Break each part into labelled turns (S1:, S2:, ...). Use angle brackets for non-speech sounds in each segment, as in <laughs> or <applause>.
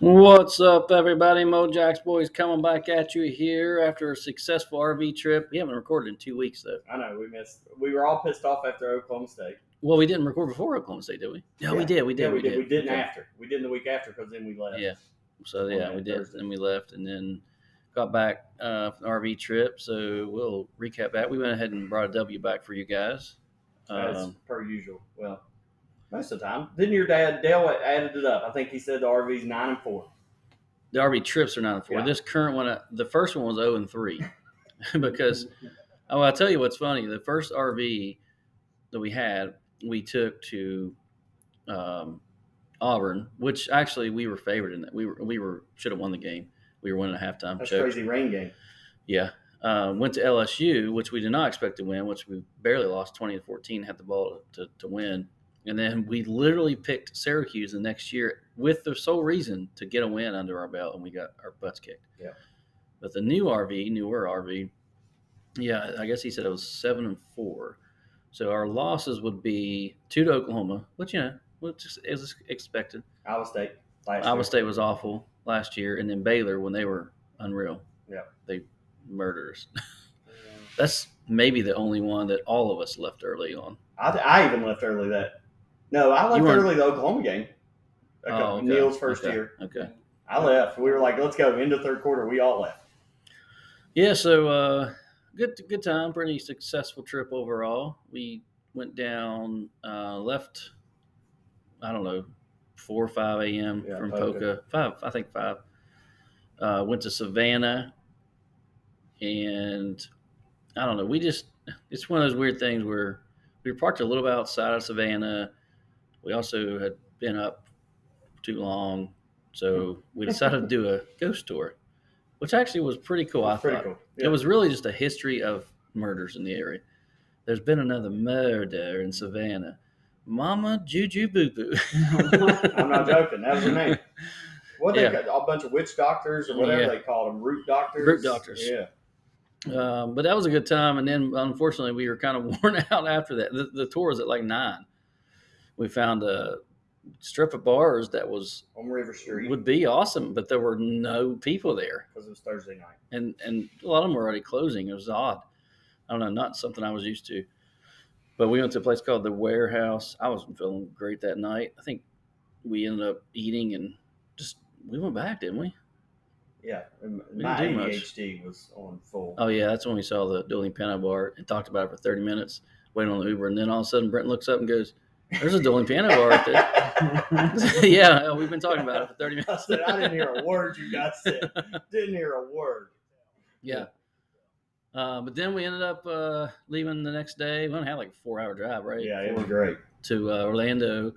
S1: What's up, everybody? Mojack's Boys coming back at you here after a successful RV trip. We haven't recorded in two weeks, though.
S2: I know we missed. We were all pissed off after Oklahoma State.
S1: Well, we didn't record before Oklahoma State, did we? No, we
S2: Yeah.
S1: did. We did.
S2: yeah, we, did. We didn't
S1: Okay.
S2: after. We didn't the week after because then we left.
S1: Yeah. So,
S2: On
S1: yeah,
S2: that
S1: we did.
S2: Thursday.
S1: And we left and then got back uh, from the RV trip. So, we'll recap that. We went ahead and brought a W back for you guys.
S2: as
S1: Um,
S2: per usual. Well, most of the time. Didn't your dad Dale added it up? I think he said the RV's nine and four.
S1: the RV trips are 9 and 4.
S2: Yeah.
S1: This current one, uh, the first one was 0 and 3 <laughs> because Oh, I'll tell you what's funny. The first RV that we had, we took to um, Auburn, which actually we were favored in that. We were we were should have won the game. We were winning a halftime.
S2: that's
S1: choke.
S2: crazy rain game.
S1: Yeah. Uh, went to LSU, which we did not expect to win, which we barely lost 20 to 14, had the ball to, to win. And then we literally picked Syracuse the next year with the sole reason to get a win under our belt, and we got our butts kicked.
S2: Yeah.
S1: But the new RV, newer RV, yeah, I guess he said it was seven and four. So our losses would be two to Oklahoma, which, you know, which is- is expected.
S2: Iowa State. Last
S1: Iowa
S2: year.
S1: State was awful last year, and then Baylor when they were unreal.
S2: Yeah.
S1: They murdered us. That's maybe the only one that all of us left early on.
S2: I, I even left early that. No, I left
S1: You weren't-
S2: early the Oklahoma game. Okay.
S1: Oh, okay.
S2: Neil's first
S1: Okay.
S2: year.
S1: Okay.
S2: I left. We were like, let's go. End of third quarter. We all left.
S1: Yeah, so uh, good good time, pretty successful trip overall. We went down uh, left I don't know, four or five AM
S2: Yeah,
S1: from
S2: Poca.
S1: Poca. Five, I think five. Uh, went to Savannah and I don't know, we just it's one of those weird things where we were parked a little bit outside of Savannah. We also had been up too long,
S2: Hmm.
S1: so we decided to do a
S2: <laughs>
S1: ghost tour, which actually was pretty cool. I
S2: Pretty
S1: thought
S2: cool.
S1: it was really just a history of murders in the area. There's been another murder in Savannah. Mama Juju Boo Boo.
S2: <laughs>
S1: <laughs>
S2: I'm not joking. That was her name. What they
S1: Yeah.
S2: got a bunch of witch doctors or whatever
S1: Yeah.
S2: they called them, root doctors.
S1: Root doctors.
S2: Yeah,
S1: Um, but that was a good time. And then unfortunately, we were kind of <laughs> worn out after that. The, the tour was at like nine. We found a strip of bars that was
S2: on River Street
S1: would be awesome, but there were no people there,
S2: because it was Thursday night.
S1: and and a lot of them were already closing. It was odd. I don't know, not something I was used to. But we went to a place called the Warehouse. I wasn't feeling great that night. I think we ended up eating and just we went back, didn't we?
S2: Yeah, and
S1: didn't
S2: my
S1: do much.
S2: ADHD was on full.
S1: Oh yeah, that's when we saw the dueling piano bar and talked about it for thirty minutes, waiting on the Uber, and then all of a sudden Brent looks up and goes, "There's a dueling piano bar right there." <laughs> yeah, we've been talking about it for thirty minutes.
S2: <laughs> I said I didn't hear a word you guys said. Didn't hear a word.
S1: Yeah. Uh, but then we ended up uh, leaving the next day. We only had like a four hour drive, right?
S2: Yeah, it
S1: Four-
S2: was great.
S1: to uh, Orlando,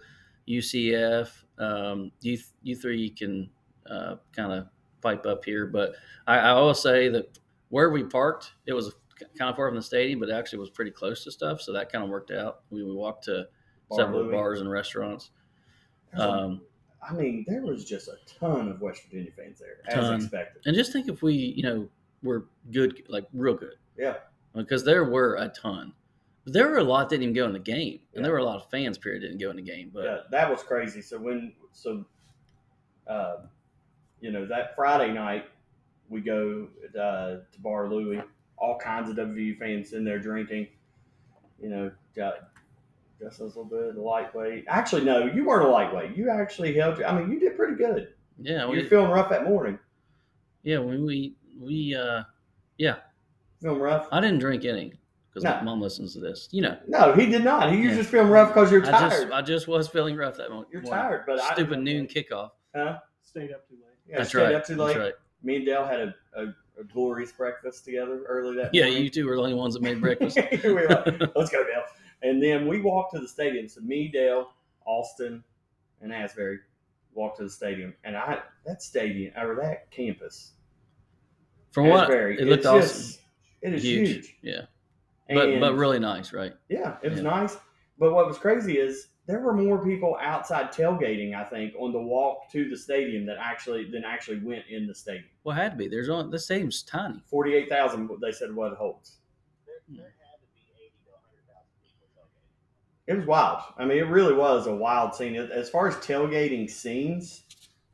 S1: UCF. Um, you th- you three can uh, kind of pipe up here, but I, I will say that where we parked, it was kind of far from the stadium, but it actually was pretty close to stuff, so that kind of worked out. We, we walked to
S2: Bar
S1: several
S2: Louie.
S1: bars and restaurants.
S2: There's a-
S1: Um,
S2: I mean, there was just a ton of West Virginia fans there, as
S1: Ton.
S2: expected.
S1: and just think if we, you know, were good, like real good.
S2: Yeah.
S1: because there were a ton. But there were a lot that didn't even go in the game, and
S2: Yeah.
S1: there were a lot of fans. Period didn't go in the game, but
S2: yeah, that was crazy. So when so, uh, you know, that Friday night we go uh, to Bar Louie. All kinds of WVU fans in there drinking. You know, got just a little bit the lightweight. Actually, no, you weren't a lightweight. You actually held. I mean, you did pretty good.
S1: yeah,
S2: You
S1: we,
S2: were feeling rough that morning.
S1: yeah, when we we uh, yeah,
S2: Feeling rough.
S1: I didn't drink any because
S2: No.
S1: my mom listens to this. You know,
S2: No, he did not. He was
S1: Yeah.
S2: just feeling rough because you're
S1: I just
S2: tired.
S1: I just was feeling rough that mo- morning.
S2: you're tired, but I
S1: Stupid noon kickoff.
S2: Huh?
S3: stayed up too late.
S2: Yeah,
S1: That's
S2: stayed
S1: right.
S2: Up too late.
S1: That's right.
S2: Me and Dale had a, a, a glorious breakfast together early that
S1: Yeah,
S2: morning.
S1: you two were the only ones that made
S2: <laughs>
S1: breakfast.
S2: we were
S1: <laughs>
S2: like, let's go, Dale. And then we walked to the stadium. So me, Dale, Austin, and Asbury walked to the stadium. And I that stadium or that campus,
S1: From what
S2: Asbury,
S1: it looked
S2: it's
S1: awesome,
S2: just- it is
S1: huge.
S2: huge.
S1: Yeah, but
S2: And-
S1: but really nice, right?
S2: yeah, it was
S1: Yeah.
S2: nice. But what was crazy is there were more people outside tailgating. I think on the walk to the stadium that actually than actually went in the stadium.
S1: Well, it had to be. There's only the stadium's tiny.
S2: Forty eight thousand. They said what it holds. It was wild. I mean, it really was a wild scene. As far as tailgating scenes,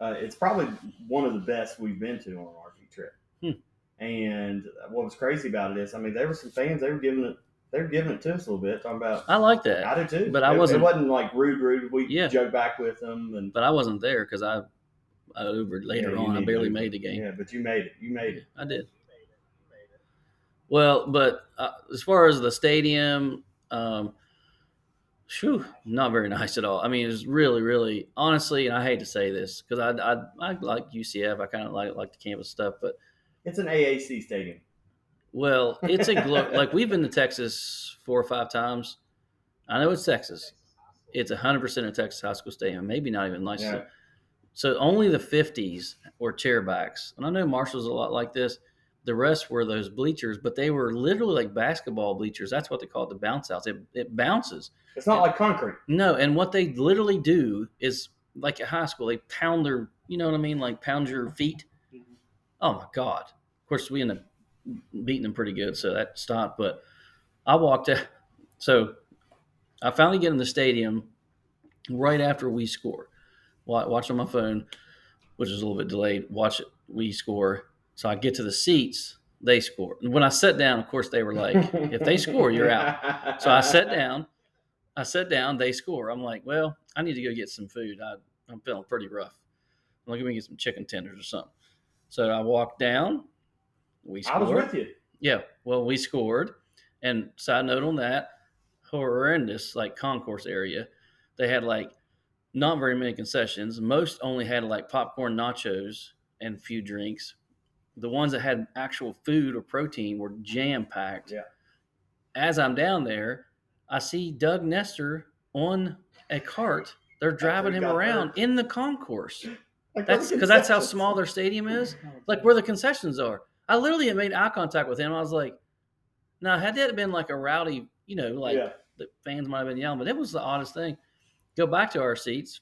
S2: Uh, it's probably one of the best we've been to on an RV trip.
S1: Hmm.
S2: And what was crazy about it is, I mean, there were some fans. They were giving it. They were giving it to us a little bit, talking about.
S1: I like that.
S2: I do too,
S1: Uh, but I
S2: It-
S1: wasn't-
S2: It wasn't like rude, rude. We
S1: Yeah.
S2: joke back with them, and
S1: but I wasn't there because I I Ubered later
S2: Yeah, you
S1: on. I
S2: need
S1: barely
S2: to-
S1: made the game.
S2: Yeah, but you made it. You made it.
S1: I did. Well, but uh, as far as the stadium, um, phew, not very <laughs> nice at all. I mean, it's really, really honestly, and I hate to say this because I, I I like UCF. I kind of like like the campus stuff, but
S2: It's an AAC stadium.
S1: well, it's a
S2: <laughs>
S1: glo- like we've been to Texas four or five times. I know it's Texas. It's hundred percent a Texas high school stadium. Maybe not even nice.
S2: Yeah.
S1: So only the fifties were chairbacks, and I know Marshall's a lot like this. The rest were those bleachers, but they were literally like basketball bleachers. That's what they call it, the bounce outs. It, it bounces.
S2: It's not like concrete.
S1: No, and what they literally do is like at high school, they pound their, you know what I mean, like pound your feet.
S2: Mhm.
S1: Oh my god! Of course, we end up beating them pretty good, so that stopped. But I walked out, so I finally get in the stadium right after we score. Wa- Watch on my phone, which is a little bit delayed. Watch it, we score. So I get to the seats, they score. And when I sat down, of course, they were like,
S2: <laughs>
S1: "If they score, you're out." So I sat down. I sat down. They score. I'm like, well, I need to go get some food. I, I'm feeling pretty rough. I'm like, let me get some chicken tenders or something. So I walked down. We
S2: I
S1: scored.
S2: was with you.
S1: Yeah. Well, we scored. And side note on that, horrendous like concourse area. They had like not very many concessions. Most only had like popcorn nachos and a few drinks. The ones that had actual food or protein were jam packed.
S2: Yeah.
S1: As I'm down there, I see Doug Nestor on a cart. They're driving
S2: he
S1: him
S2: got
S1: around
S2: hurt.
S1: in the concourse.
S2: Like,
S1: That's <laughs>
S2: look at
S1: because that's how
S2: Texas.
S1: small their stadium is like where the concessions are. I literally had made eye contact with him. I was like, now had that been like a rowdy, you know, like
S2: Yeah.
S1: the fans might have been yelling, but it was the oddest thing. Go back to our seats.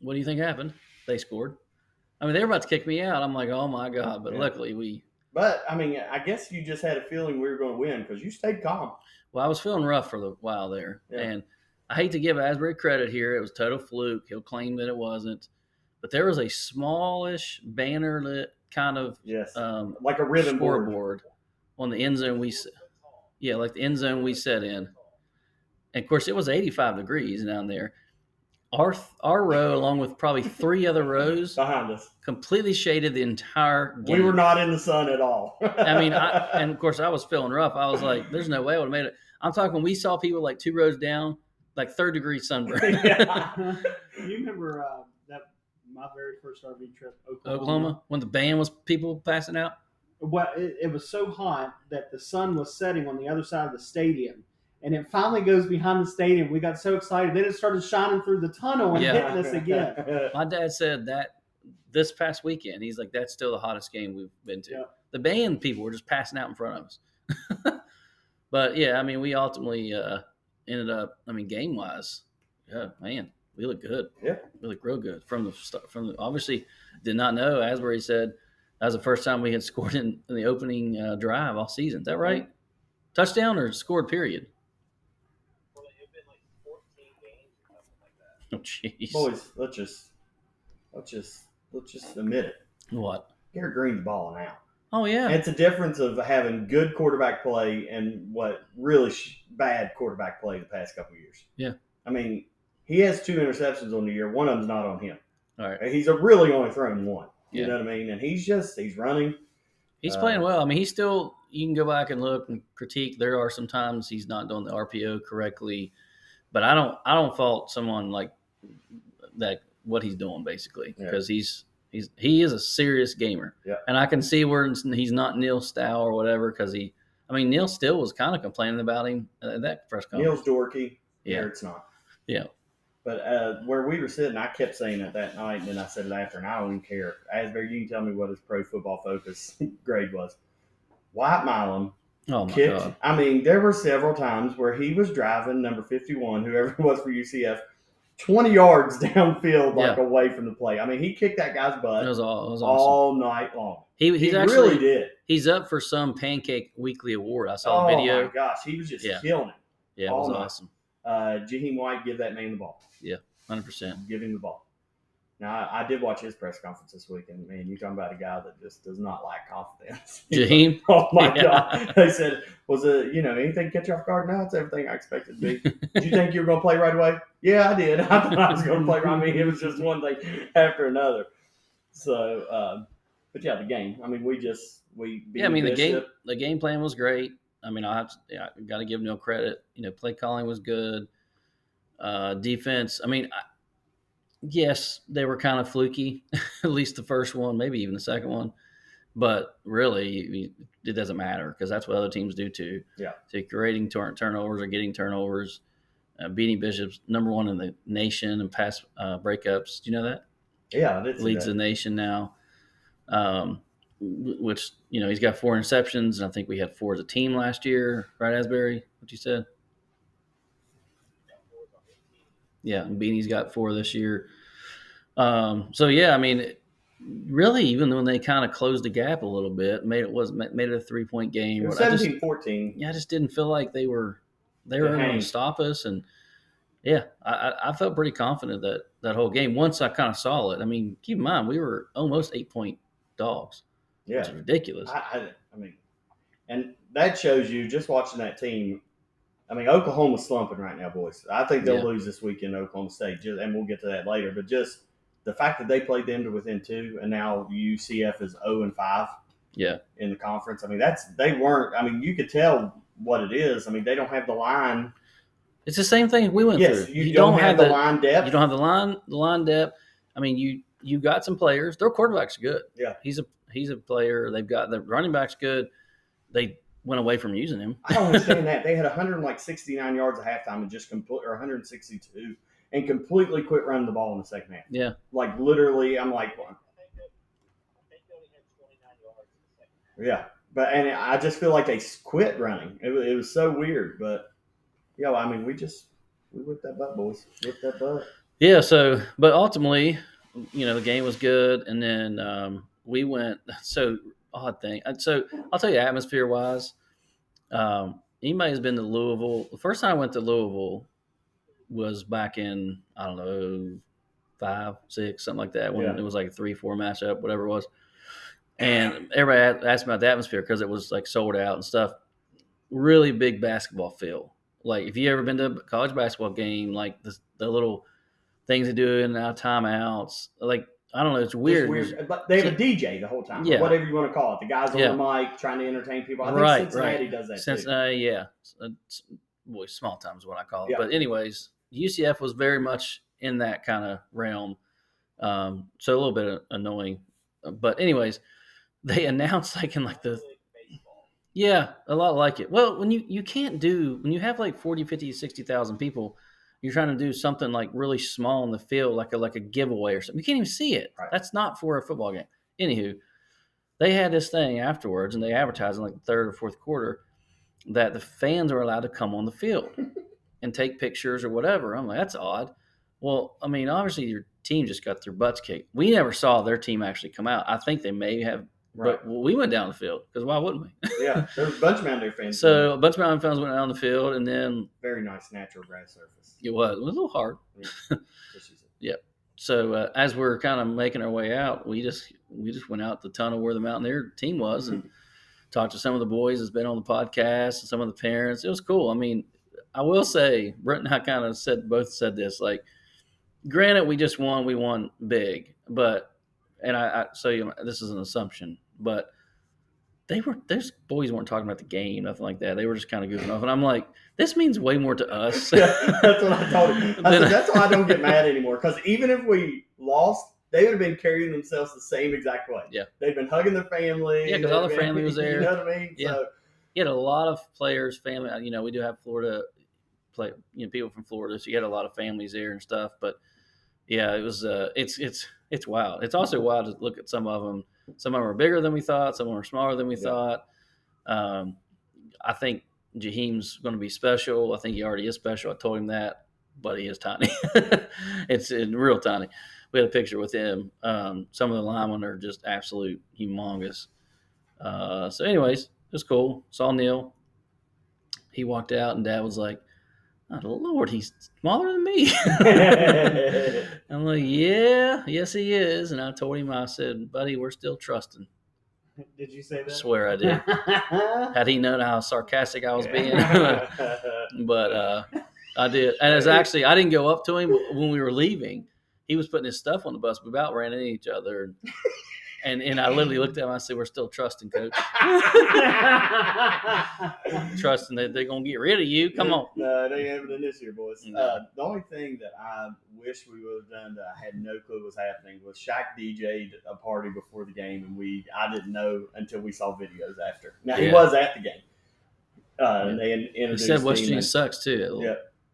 S1: What do you think happened? They scored. I mean, they were about to kick me out. I'm like, oh my god! But
S2: Yeah.
S1: luckily, we.
S2: But I mean, I guess you just had a feeling we were going to win because you stayed calm.
S1: Well, I was feeling rough for a while there,
S2: Yeah.
S1: and I hate to give Asbury credit here. It was total fluke. He'll claim that it wasn't, but there was a smallish banner lit kind of
S2: Yes,
S1: um,
S2: like a ribbon
S1: scoreboard
S2: board.
S1: on the end zone we s- yeah like the end zone we set in and of course it was 85 degrees down there our th- our row along with probably three other rows
S2: behind us.
S1: completely shaded the entire game.
S2: We were not in the sun at all.
S1: i mean I,
S2: <laughs>
S1: and of course i was feeling rough i was like there's no way i would have made it i'm talking we saw people like two rows down like third degree
S2: <laughs>
S1: sunburn
S2: Yeah.
S3: You remember uh, that my very first RV trip, Oklahoma?
S1: oklahoma when the band was people passing out
S3: Well, it, it was so hot that the sun was setting on the other side of the stadium, and it finally goes behind the stadium. We got so excited, then it started shining through the tunnel and
S1: Yeah.
S3: hitting us
S2: <laughs>
S3: again.
S1: My dad said that this past weekend. He's like, that's still the hottest game we've been to.
S3: Yeah.
S1: The band people were just passing out in front of us. <laughs> but yeah, I mean, we ultimately uh, ended up. I mean, game wise, yeah, man, we look good.
S2: Yeah.
S1: we look real good from the st- from the, obviously did not know. Asbury said that was the first time we had <laughs> scored in, in the opening uh, drive all season. Is that right? Touchdown or scored period? Oh jeez,
S2: Boys, let's just let's just let's just admit it.
S1: what?
S2: Garrett Green's balling out.
S1: Oh <laughs> yeah,
S2: It's a difference of having good quarterback play and what really sh- bad quarterback play the past couple of years.
S1: Yeah.
S2: I mean, he has two interceptions on the year. One of them's not on him.
S1: all right.
S2: And He's really only thrown one. You
S1: Yeah.
S2: know what I mean? And he's just he's running.
S1: He's
S2: Uh,
S1: playing well. I mean, he's still. You can go back and look and critique. There are some times he's not doing the RPO correctly, but I don't. I don't fault someone like that. What he's doing basically
S2: Yeah.
S1: because he's he's he is a serious gamer.
S2: Yeah.
S1: And I can see where it's- he's not Neil Stow or whatever because he. I mean, Neil still was kind of complaining about him at that press conference.
S2: Neil's dorky.
S1: Oh. Yeah.
S2: Garrett's not.
S1: Yeah.
S2: But uh, where we were sitting, I kept saying it that night, and then I said it after, and I don't even care. Asbury, you can tell me what his pro football focus <laughs> grade was. White Milam
S1: oh my
S2: kicked.
S1: god!
S2: I mean, there were several times where he was driving number 51, whoever it was for UCF, 20 yards <laughs> downfield, like away from the play. I mean, he kicked that guy's butt
S1: That was all. It was awesome.
S2: all night long.
S1: He, he's
S2: he
S1: actually
S2: really did.
S1: he's up for some Pancake Weekly award. I saw
S2: Oh,
S1: a video.
S2: my Oh, gosh. He was just
S1: Yeah.
S2: killing it.
S1: Yeah, it was
S2: all night.
S1: awesome.
S2: Uh, Jaheim White, give that man the ball. <laughs>
S1: Hundred percent.
S2: Give him the ball. Now I, I did watch his press conference this weekend. Man, you talking about a guy that just does not lack confidence. <laughs>
S1: Jaheim,
S2: oh my
S1: Yeah.
S2: god! They said, "Was it you know anything catch you off guard?" No, it's everything I expected to be. did
S1: <laughs>
S2: you think you were going to play right away? Yeah, I did. <laughs> I thought I was going to play right. I mean, it was just one thing after another. So, um, but yeah, the game. I mean, we just we beat
S1: yeah, I mean the game
S2: Bishop.
S1: the game plan was great. I mean, I have to, yeah, I got to give no credit. You know, play calling was good. Uh, defense. I mean, I, yes, they were kind of fluky. <laughs> at least the first one, maybe even the second one. But really, you- it doesn't matter because that's what other teams do too.
S2: Yeah.
S1: So you're creating turn turnovers or getting turnovers, uh, beating Bishop's number one in the nation and pass uh, breakups. Do you know that?
S2: Yeah, it's
S1: leads the nation now. Um, wh- which you know he's got four interceptions, and I think we had four as a team last year, right? Asbury, what you said? Yeah, and Beanie's got four this year. Um, so yeah, I mean, really, even when they kind of closed the gap a little bit, made it was ma- made it a three point game.
S2: It was
S1: I just
S2: 17-14.
S1: yeah, I just didn't feel like they were they were going
S2: hang.
S1: to stop us, and yeah, I, I- I felt pretty confident that that whole game. Once I kind of saw it, I mean, keep in mind we were almost eight point dogs.
S2: Yeah,
S1: It's ridiculous.
S2: I, I, I mean, and that shows you just watching that team. I mean, Oklahoma's slumping right now, boys. I think they'll
S1: Yeah.
S2: lose this weekend, to Oklahoma State, just, and we'll get to that later. But just the fact that they played them to within two, and now UCF is zero and five.
S1: Yeah.
S2: in the conference. I mean, that's they weren't. I mean, you could tell what it is. I mean, they don't have the line.
S1: it's the same thing we went
S2: Yes,
S1: through.
S2: you, don't, have, the line depth.
S1: You don't have the line the line depth. I mean, you you got some players. Their quarterback's good.
S2: Yeah.
S1: he's a he's a player. They've got the running back's good. They went away from using him.
S2: I don't understand that. They had 169 yards at halftime and just complete or 162 and completely quit running the ball in the second half.
S1: Yeah.
S2: Like literally, I'm like, well, yeah. But and I just feel like they s- quit running. It was, it was so weird. But yo, I mean, we just we whipped that butt, boys. Whipped that butt.
S1: Yeah. So, but ultimately, you know, the game was good, and then um, we went. So odd thing. And So I'll tell you, atmosphere wise, um, anybody has been to Louisville. The first time I went to Louisville was back in I don't know five, six, something like that. When
S2: Yeah.
S1: it was like a three, four matchup, whatever it was. And everybody a- asked about the atmosphere because it was like sold out and stuff. Really big basketball feel. Like if you ever been to a college basketball game, like the, the little things they do in and out of timeouts, like I don't know, it's weird.
S2: Just weird. Uh, But they have a DJ the whole time. or
S1: Yeah.
S2: Whatever you want to call it. The guys on
S1: Yeah.
S2: the mic trying to entertain people. I think
S1: Right,
S2: Cincinnati does that
S1: Since
S2: too.
S1: uh, yeah, it's, boy, small time is what I call it.
S2: Yeah.
S1: But anyways, UCF was very much in that kind of realm, um, so a little bit annoying. Uh, But anyways, <laughs> they announced like in like the yeah, a lot like it. Well, when you you can't do when you have like 40, 50, 60,000 people, you're trying to do something like really small in the field, like a like a giveaway or something. You can't even see it.
S2: Right.
S1: That's not for a football game. Anywho, they had this thing afterwards, and they advertised in like the third or fourth quarter that the fans are allowed to come on the field and take pictures or whatever. I'm like, that's odd. Well, I mean, obviously your team just got their butts kicked. We never saw their team actually come out. I think they may have,
S2: Right.
S1: but we went down the field because why wouldn't we?
S2: yeah. There's a bunch of Mountain Dew fans.
S1: <laughs> So a bunch of Mountain fans went out on the field, and then
S2: very nice natural grass surface.
S1: it was, it was a little hard.
S2: That's
S1: <laughs>
S2: just-
S1: So uh, as we are kind of making our way out, we just we just went out the tunnel where the Mountaineer team was and talked to some of the boys that's been on the podcast and some of the parents. It was cool. I mean, I will say Brent and I kind of said both said this. Like, granted, we just won. We won big, but and I, I so you know, this is an assumption, but they were those boys weren't talking about the game, nothing like that. They were just kind of goofing off, and I'm like, this means way more to
S2: <laughs>
S1: us.
S2: Yeah, <laughs> that's what I told him. I
S1: Then-
S2: said, that's why I don't get
S1: <laughs>
S2: mad anymore. Because even if we lost, they would have been carrying themselves the same exact way.
S1: Yeah.
S2: They'd been hugging their family.
S1: Yeah, 'cause all
S2: they'd
S1: the
S2: been-
S1: family was there.
S2: <laughs> You know what I mean?
S1: Yeah.
S2: So, <laughs>
S1: you had a lot of players, family. You know, we do have Florida play, you know, people from Florida, so you had a lot of families there and stuff. But yeah, it was, uh, it's, it's, it's wild. It's also wild to look at some of them. Some of them are bigger than we thought. Some of them are smaller than we
S2: Yeah.
S1: thought. Um, I think Jaheim's going to be special. I think he already is special. I told him that, but he is tiny. <laughs> it's in real tiny. We had a picture with him. Um, some of the linemen are just absolute humongous. Uh, so, anyways, it was cool. Saw Neil. He walked out, and Dad was like, oh, Lord, he's smaller than me.
S2: yeah,
S1: I'm like, yeah, yes, he is. And I told him, I said, buddy, we're still trusting.
S3: Did you say
S1: I
S3: that?
S1: swear I did. Had he known how sarcastic <laughs> I was
S2: <laughs>
S1: being, <laughs> but uh, I did. And it's actually, I didn't go up to him when we were leaving. He was putting his stuff on the bus. We about ran into each other. And, and, and I literally looked at him. I said, we're still trusting, coach. Trusting that they're going to get rid of you. Come on.
S2: No, it ain't happening this year, boys.
S1: No.
S2: Uh, the only thing that I wish we would have done that I had no clue was happening was Shaq DJ'd a party before the game, and we I didn't know until we saw videos after. Now he
S1: Yeah.
S2: was at the game. Uh,
S1: Yeah.
S2: and they in-
S1: He
S2: introduced
S1: said West
S2: him
S1: Virginia
S2: and-
S1: sucks, too. that little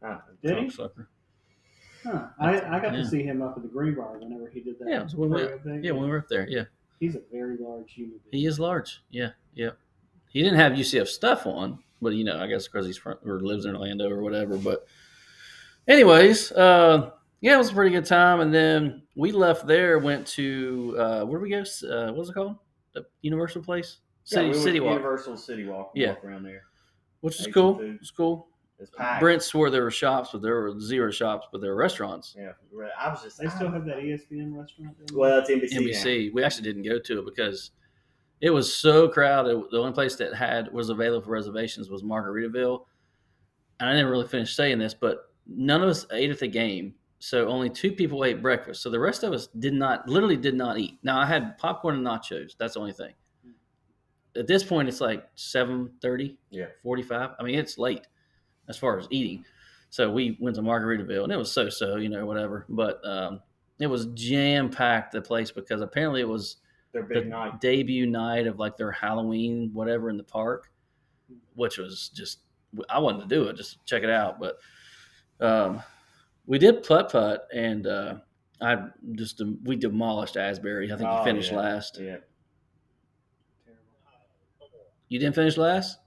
S2: Yeah. uh,
S3: <laughs> Did he?
S1: drunk sucker.
S3: Huh. I, I got
S1: Yeah.
S3: to see him up at the Greenbrier whenever he did that.
S1: Yeah, it was when we-
S3: prayer thing.
S1: Yeah, when we were up there. Yeah.
S3: he's a very large human being.
S1: He is large. Yeah, yeah. He didn't have UCF stuff on, but you know, I guess because he's from or lives in Orlando or whatever. But, anyways, uh, yeah, it was a pretty good time. And then we left there, went to uh, where did we go? S- Uh, what was it called? The Universal place,
S2: yeah,
S1: City
S2: we went
S1: City
S2: to
S1: Walk,
S2: Universal City Walk.
S1: Yeah.
S2: Walk around there.
S1: which is
S2: ate some
S1: cool.
S2: food.
S1: It's cool.
S2: It's packed.
S1: Brent swore there were shops, but there were zero shops, but there were restaurants.
S2: Yeah, right. I was just.
S3: They still have that E ESPN restaurant. there?
S2: Well, it's NBC. now.
S1: NBC. We actually didn't go to it because it was so crowded. The only place that had was available for reservations was Margaritaville. And I didn't really finish saying this, but none of us ate at the game. So only two people ate breakfast. So the rest of us did not, literally did not eat. Now I had popcorn and nachos. That's the only thing. At this point, it's like 7.30,
S2: Yeah.
S1: 45. I mean, it's late as far as eating. So we went to Margaritaville and it was so-so, you know, whatever. But um, it was jam packed the place because apparently it was
S2: Their big
S1: the
S2: night.
S1: debut night of like their Halloween whatever in the park, which was just I wanted to do it just to check it out, but um, we did putt putt and uh, I just we demolished Asbury. I think
S2: Oh,
S1: you finished
S2: yeah.
S1: last.
S2: Yeah.
S1: You didn't finish last.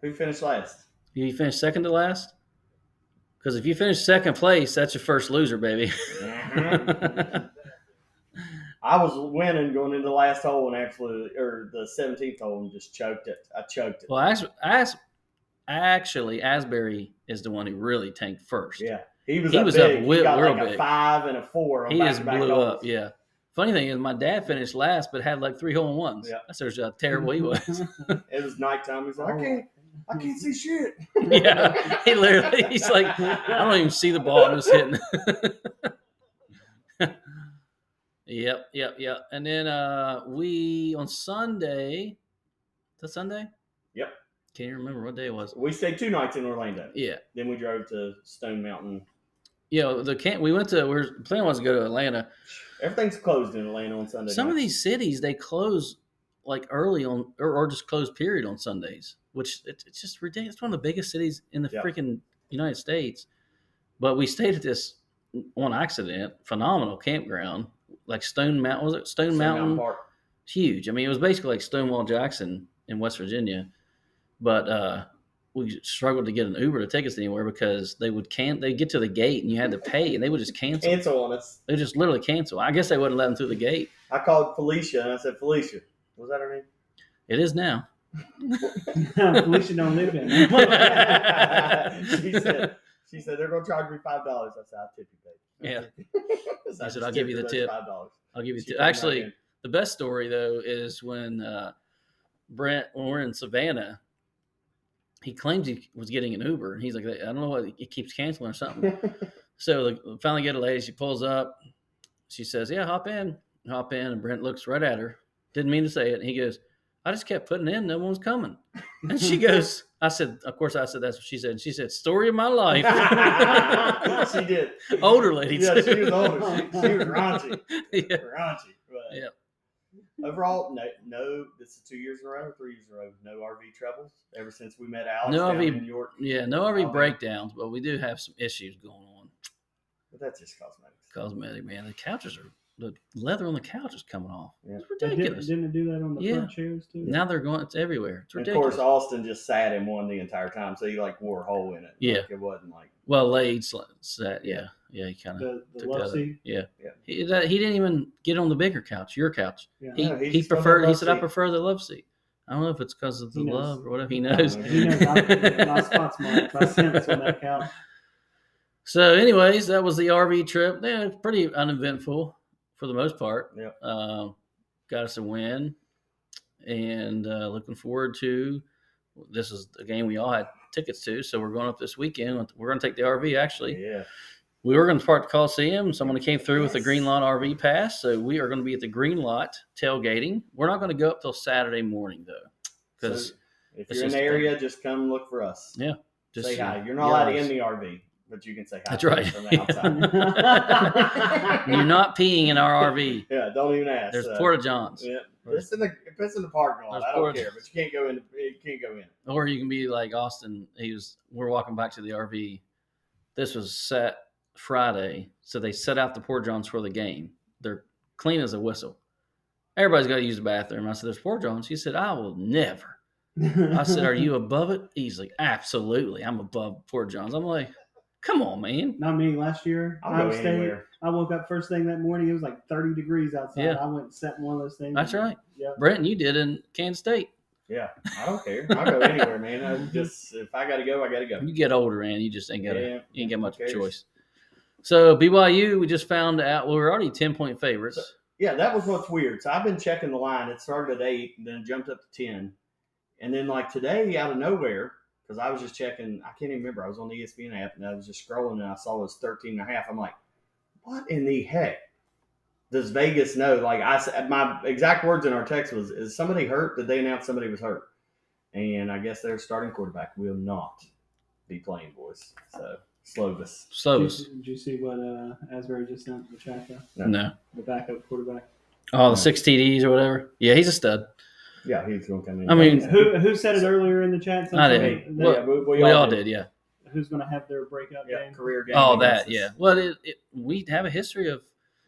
S2: Who finished last?
S1: <laughs> You finished second to last. Because if you finish second place, that's your first loser, baby.
S2: I was winning going into the last hole and absolutely, or the 17th hole and just choked it. I choked it.
S1: <laughs> Well, as, as, actually, Asbury is the one who really tanked first.
S2: yeah. He was
S1: He
S2: up
S1: was up
S2: big.
S1: wi-
S2: he got
S1: real
S2: like
S1: big.
S2: a five and a four. On
S1: He just
S2: back-to-back
S1: blew
S2: holes.
S1: up. Yeah. Funny thing is, my dad finished last, but had like three hole in ones.
S2: Yeah.
S1: That's just how terrible he
S2: <laughs>
S3: <laughs>
S1: was.
S2: It was nighttime. He's like, I can't, I can't see shit.
S1: <laughs> yeah. He literally, he's like, I don't even see the ball. I'm just hitting. <laughs> yep. Yep. Yep. And then uh we on Sunday, is that Sunday?
S2: Yep.
S1: Can't even remember what day it was.
S2: We stayed two nights in Orlando.
S1: Yeah.
S2: Then we drove to Stone Mountain.
S1: You know, the camp we went to, we were plan was to go to Atlanta.
S2: Everything's closed in Atlanta on Sunday.
S1: Some of
S2: nights.
S1: these cities they close like early on, or, or just close period on Sundays, which it, it's just ridiculous. It's one of the biggest cities in the
S2: Yeah.
S1: freaking United States. But we stayed at this on accident, phenomenal campground, like Stone Mountain. Was it Stone,
S2: Stone
S1: Mountain?
S2: Park.
S1: huge. I mean, it was basically like Stonewall Jackson in West Virginia, but uh, we struggled to get an Uber to take us anywhere because they would can they get to the gate and you had to pay, and they would just cancel.
S2: Cancel on us.
S1: they just literally cancel. I guess they wouldn't let them through the gate.
S2: I called Felicia and I said, Felicia, was that her name?
S1: It is now.
S3: Felicia don't live <laughs> in.
S1: She <laughs>
S2: she said, she said they're gonna charge me five dollars. I said, I'll tip you, babe. <laughs> Yeah.
S1: I said, "I'll give you the tip."
S2: Five dollars.
S1: I'll give you two. Actually, the best story though is when uh, Brent, when we're in Savannah, he claims he was getting an Uber, and he's like, I don't know what it keeps canceling or something. so the, finally, get a lady. She pulls up. She says, "Yeah, hop in, hop in." And Brent looks right at her. Didn't mean to say it. And he goes, "I just kept putting in. No one was coming." And she goes, "I said, of course, I said that's what she said." And she said, "Story of my
S2: <laughs>
S1: life."
S2: she did.
S1: <laughs> older lady
S2: Yeah,
S1: too.
S2: she was older. She,
S1: <laughs>
S2: she was raunchy,
S1: <laughs> yeah.
S2: raunchy. But
S1: Yeah.
S2: Overall, no, no. This is two years in a row, three years in a row. No RV troubles ever since we met Alex
S1: No
S2: down
S1: RV
S2: in York.
S1: Yeah, no RV
S2: Oh, man.
S1: breakdowns, but we do have some issues going on.
S2: But that's just cosmetics.
S1: Cosmetic, man. The couches are the leather on the couch is coming off.
S2: Yeah.
S1: It's
S3: They didn't,
S1: ridiculous.
S3: didn't it do that on the
S1: Yeah.
S3: front chairs too?
S1: Now they're going. It's everywhere. It's
S2: And of course,
S1: ridiculous.
S2: Austin just sat in one the entire time, so he like wore a hole in it.
S1: Yeah.
S2: Like, it wasn't like
S1: Well, Lade sl- sat. Yeah, yeah. He kind of.
S3: the the
S1: Took
S3: love
S1: the
S3: seat.
S1: Yeah.
S2: Yeah.
S1: He, that, he didn't even get on the bigger couch. Your couch.
S3: Yeah.
S1: He
S2: No, he
S1: he
S2: just got the
S1: preferred. He
S2: love
S1: said, "I
S2: seat."
S1: prefer the love seat." I don't know if it's because of the
S3: He knows.
S1: love or whatever. He knows. <laughs>
S3: He knows I, my spot's marked. I sense on that couch.
S1: So, anyways, that was the RV trip. Yeah, it's pretty uneventful for the most part.
S2: Yep.
S1: Um, got us a win, and uh, looking forward to this is a game we all had tickets to. So we're going up this weekend. We're going to take the RV. Actually,
S2: Yeah.
S1: we were going to park the Coliseum. Someone came through with a
S3: Yes.
S1: Green Lot RV pass, so we are going to be at the Green Lot tailgating. We're not going to go up till Saturday morning though, because
S2: So if
S1: it's
S2: you're in
S1: just-
S2: the area, just come look for us.
S1: Yeah, just
S2: say hi. You're not allowed to
S1: yells.
S2: in the RV, but you can say hi.
S1: That's
S2: to us
S1: right.
S2: From the
S1: <laughs>
S2: outside.
S1: You're not peeing in our
S2: <laughs>
S1: RV.
S2: yeah, don't even ask.
S1: There's
S2: uh,
S1: porta johns,
S2: Yeah, it's in the it's in the parking lot.
S1: There's
S2: I don't
S1: porta-
S2: care, but you can't go in. You can't go in.
S1: or you can be like Austin. He was. We're walking back to the RV. This was set Friday, so they set out the porta johns for the game. They're clean as a whistle. Everybody's got to use the bathroom. I said, "There's porta johns." He said, "I will never." I said, "Are you above it?" He's like, "Absolutely, I'm above porta johns." I'm like, "Come on, man."
S3: Not me. Last year,
S2: I'll
S3: Iowa
S2: go
S3: State,
S2: anywhere.
S3: I woke up first thing that morning. It was like 30 degrees outside.
S1: Yeah.
S3: I went and sat in one of those things.
S1: That's right.
S3: Yep.
S1: Brenton, you did in Kansas State.
S2: Yeah, I don't care. I'll go anywhere, man. I just if I gotta go, I gotta go.
S1: You get older, and you just ain't got to
S2: Yeah,
S1: You didn't get much
S2: Who cares?
S1: choice. So BYU, we just found out well, we were already ten point favorites.
S2: Yeah, that was what's weird. So I've been checking the line. It started at eight, and then jumped up to ten, and then like today, out of nowhere, because I was just checking. I can't even remember. I was on the E ESPN app, and I was just scrolling, and I saw it was 13 and a half. I'm like, what in the heck? Does Vegas know? Like I said, my exact words in our text was, "Is somebody hurt? Did they announce somebody was hurt?" And I guess their starting quarterback will not be playing, boys. So Slovis.
S3: Did
S1: So
S3: you, <laughs> see- did you see what uh, Asbury just sent the chat though?
S1: no,
S3: The backup quarterback.
S1: oh the six TDs or whatever. Yeah, he's a stud.
S2: Yeah, he's going to come in.
S1: I mean,
S3: Who who said it earlier in the chat?
S1: I
S3: Something
S1: didn't.
S3: that-
S1: Well,
S2: yeah, we,
S1: We all did, yeah.
S3: who's going to have their breakout
S2: Yeah,
S3: game?
S2: career game.
S1: Oh,
S2: against
S1: that,
S2: us.
S1: yeah. Well, it, it, we have a history of.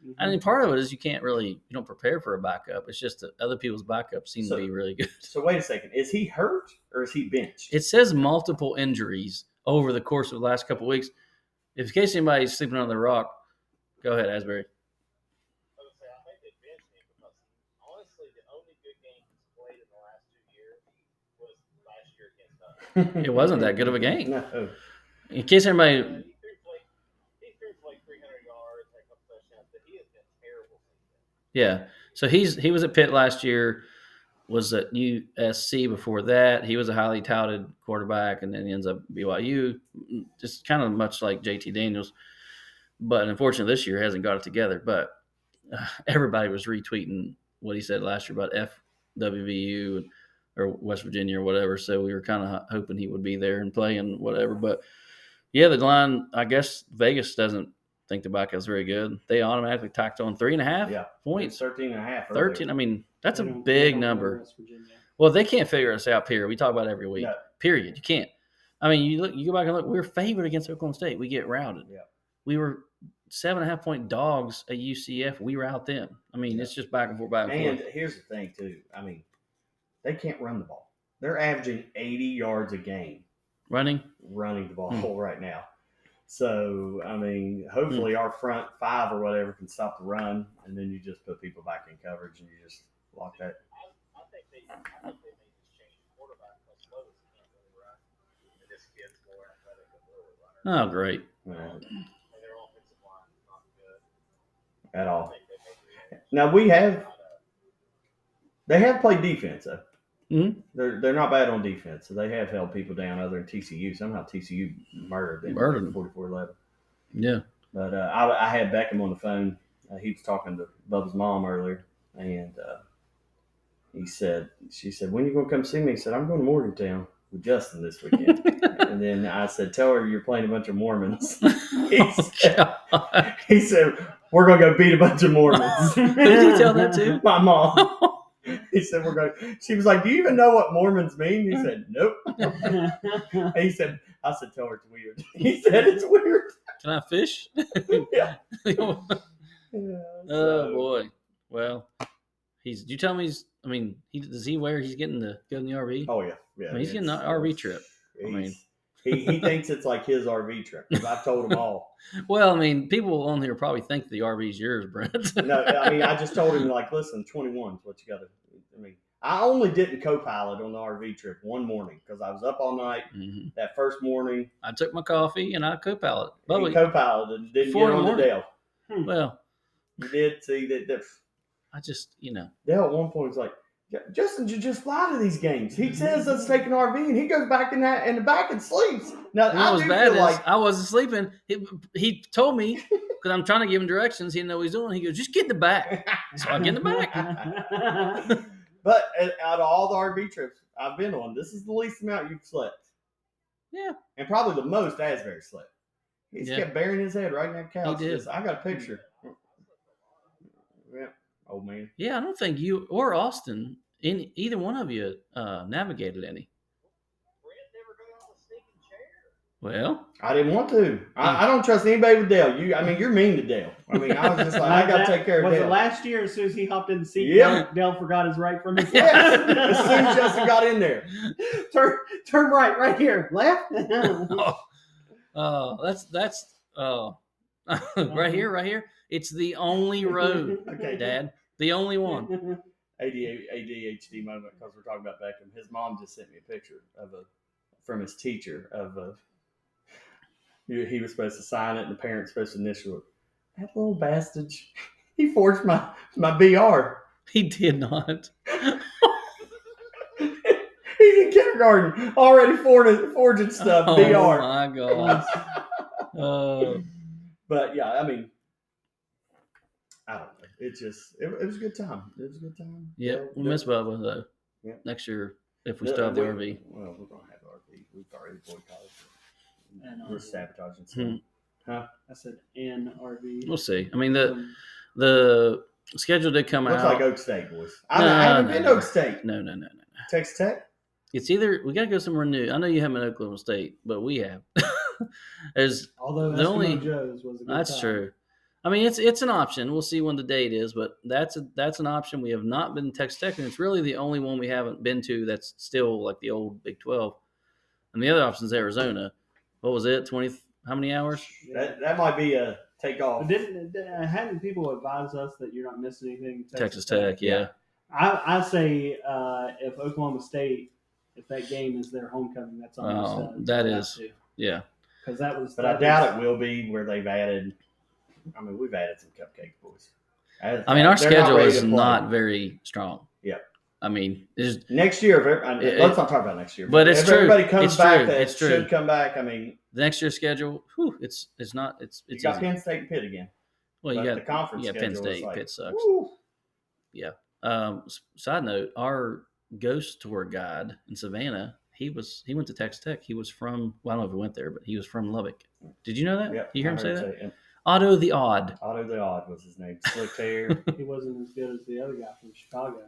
S1: I
S3: Mm-hmm.
S1: mean, part of it is you can't really you don't prepare for a backup. It's just that other people's backups seem
S2: So-
S1: to be really good. <laughs>
S2: So wait a second. Is he hurt or is he benched?
S1: It says multiple injuries over the course of the last couple weeks. If in case anybody's sleeping on the rock, go ahead, Asbury.
S4: I would say I think they benched him because honestly, the only good game he's played in the last two years was last year against us.
S1: It wasn't that good of a game.
S2: <laughs> no.
S1: In case anybody
S4: He threw like he threw for like 300 yards, like a couple touchdowns, but he has been terrible since then.
S1: Yeah. So he's he was at Pitt last year, was at USC before that. He was a highly touted quarterback, and then he ends up at BYU, just kind of much like JT Daniels. But unfortunately, this year hasn't got it together. But uh, everybody was retweeting what he said last year about FWVU and, or West Virginia or whatever. So we were kind of hoping he would be there and play and whatever. But yeah, the line I guess Vegas doesn't think the backup's very good. They automatically tacked on three and a half
S2: Yeah.
S1: points.
S2: 13 and a half. earlier.
S1: 13 i mean that's a
S3: They don't- they
S1: big
S3: don't know
S1: number
S3: West Virginia.
S1: well they can't figure us out period we talk about it every week
S2: No.
S1: period you can't i mean you look you go back and look we're favored against oklahoma state we get routed
S2: Yeah.
S1: we were seven and a half point dogs at ucf we rout them i mean it's just back and forth back and,
S2: And
S1: forth
S2: here's the thing, too. I mean, they can't run the ball. They're averaging 80 yards a game
S1: running
S2: running the ball
S1: Hmm.
S2: <laughs> right now. So, I mean, hopefully our front five or whatever can stop the run, and then you just put people back in coverage and you just lock that.
S4: I, I think they I think they made this change to quarterback because Lowe's can't really run, and this kid's more athletic than really runner,
S1: oh great
S2: uh,
S4: and their offensive line is not good.
S2: At
S4: I
S2: all.
S4: think they made the change.
S2: Now, we have
S4: Not, uh,
S2: They have played defense though.
S1: Mhm.
S2: They're they're not bad on defense, so they have held people down. Other than TCU, somehow TCU murdered them,
S1: Murdered them.
S2: forty-four eleven.
S1: yeah <laughs>
S2: But uh, I, I had Beckham on the phone. Uh, he was talking to Bubba's mom earlier, and uh, he said, "She said, when you gonna come see me?" He said, "I'm going to Morgantown with Justin
S1: <laughs>
S2: this weekend." and then I said, "Tell her you're playing a bunch of Mormons." he, said,
S1: Oh, God.
S2: he said, "We're gonna go beat a bunch of
S1: <laughs>
S2: Mormons."
S1: who <laughs> did you tell that
S2: <laughs>
S3: <laughs>
S1: to
S2: My mom. He said, "We're going." She was like, "Do you even know what Mormons mean?" He
S1: Mm.
S2: said, "Nope." And he said, "I said, tell her it's weird." <laughs> He said, "It's weird." <laughs>
S1: can i fish <laughs>
S2: Yeah.
S1: oh
S2: Yeah, so-
S1: boy well he's you tell me he's i mean he does he where he's getting the go in the rv
S2: Oh yeah, yeah.
S1: I mean, he's getting an
S2: it's-
S1: rv trip I mean-
S2: he's- he, he thinks it's like his RV trip. 'cause I've
S1: <laughs>
S2: told him all.
S1: Well, I mean, people on here probably think
S2: <laughs>
S1: the RV's yours, Brent. <laughs>
S2: No, I mean, I just told him like, listen, twenty one is what you got to. I mean, I only didn't co-pilot on the RV trip one morning because I was up all night
S1: hmm
S2: that first morning.
S1: I took my coffee and I co-pilot. But
S2: Well,
S1: we,
S2: he co-piloted and didn't
S1: Four
S2: get
S1: in the
S2: on the
S1: morning.
S2: Dale.
S1: well,
S2: You did see that. that
S1: I just you know
S2: Dale at one point was like, "J- Justin should just fly to these games. He says let's take an RV and he goes back in that in the back and sleeps. Now
S1: I
S2: I
S1: was
S2: do
S1: bad.
S2: feel like
S1: as I wasn't sleeping. He, he told
S2: <laughs>
S1: me because I'm trying to give him directions. He didn't know what he's doing. He goes, just get in the back. So I get
S2: <laughs>
S1: in the
S3: <laughs>
S1: back.
S3: back.
S1: <laughs>
S2: But out out of all the RV trips I've been on, this is the least amount you've slept.
S1: Yeah.
S2: And probably the most Asbury slept. He just
S1: Yeah.
S2: kept burying his head right in that couch.
S1: did.
S2: Just- I got a picture. Yeah, old man.
S1: Yeah, I don't think you or Austin, in either one of you, uh, navigated any.
S4: Brent never got on the stinking chair.
S1: Well, <laughs>
S2: I didn't want to. I, I don't trust anybody with Dale. You, I mean, you're mean to Dale. I mean, I was just like, I got to take care of
S3: Was it
S2: Dale.
S3: last year? As soon as he hopped in the seat,
S2: Yeah.
S3: Dell Dell forgot his
S2: <laughs>
S3: right from his left.
S2: Yes, as soon as
S3: <laughs>
S2: Justin got in there,
S3: turn, turn right, right here, left. <laughs>
S1: uh, that's that's uh, <laughs> right here, right here. It's the
S2: <laughs>
S1: only road,
S2: Okay.
S3: <laughs>
S1: Dad. The only one.
S2: ADA, ADHD moment because we're talking about Beckham. His mom just sent me a picture of a from his teacher of a. He he was supposed to sign it, and the parents supposed to initial it. That little bastard, he forged my my BR.
S1: He did not.
S2: <laughs> He's in kindergarten already forging, forging stuff
S1: oh
S2: BR.
S1: my
S2: <laughs>
S1: god. Uh,
S2: But yeah, I mean, I don't know. It just it, it was a good time. It was a good time.
S1: yep, we
S2: Yeah.
S1: miss Bubba though.
S2: Yeah.
S1: Next year, if we
S2: Yeah,
S1: still have the
S2: we-
S1: RV.
S2: Well, we're gonna have the RV. We've already boycotted. it.
S3: And
S2: We're
S3: RV.
S2: sabotaging.
S1: Hmm.
S2: stuff.
S3: I said NRV.
S1: We'll see. I mean the
S3: Um,
S1: the schedule did come
S2: Looks
S1: out.
S2: like Oak State, boys. I, I
S1: No,
S2: haven't
S1: no,
S2: been to
S1: no.
S2: Oak State.
S1: no, no, no, no.
S2: Texas Tech.
S1: It's either we gotta go somewhere new. I know you haven't Oklahoma State, but we have. <laughs> As
S3: Although
S1: the
S3: Eskimo
S1: only-
S3: Joe's was a good
S1: that's
S3: time.
S1: true. I mean, it's it's an option. We'll see when the date is, but that's a, that's an option. We have not been to Texas Tech, and it's really the only one we haven't been to that's still like the old Big Twelve. And the other option is Arizona. What was it? Twenty? How many hours?
S3: Yeah.
S2: That that might be a takeoff.
S3: But Didn't uh, hadn't people advised us that you're not missing anything?
S1: Texas, Tech. Yeah.
S3: I, I say uh, if Oklahoma State, if that game is their homecoming, that's on
S1: Oh, that is- yeah,
S3: because that was.
S2: But I doubt it will be where they've added. I mean, we've added some cupcake boys.
S1: I mean, our
S2: They're not
S1: schedule
S2: ready
S1: is
S2: to play.
S1: not very strong.
S2: Yeah.
S1: I mean, it's
S2: next year. If every- I-
S1: It-
S2: let's not talk about next year.
S1: but it's
S2: if
S1: true.
S2: Everybody comes
S1: It's
S2: back.
S1: true.
S2: That
S1: It's true.
S2: should come back. I mean,
S1: the next year's schedule. Whew, it's it's not. It's
S2: you
S1: it's
S2: got
S1: easy.
S2: Penn State and Pitt again.
S1: well, you
S2: but
S1: got
S2: the conference
S1: yeah, Penn
S2: schedule is
S1: State,
S2: like,
S1: Pitt sucks.
S2: woo.
S1: Um, s- side note: our ghost tour guide in Savannah, he was he went to Texas Tech. He was from well, I don't know if he went there, but he was from Lubbock. Did you know that?
S2: Yep,
S1: you hear
S2: I
S1: him say
S2: heard
S1: that?
S2: it and
S1: Otto the Odd.
S2: Otto the Odd was his name.
S1: <laughs>
S2: Slick hair.
S3: He wasn't as good as the other guy from Chicago.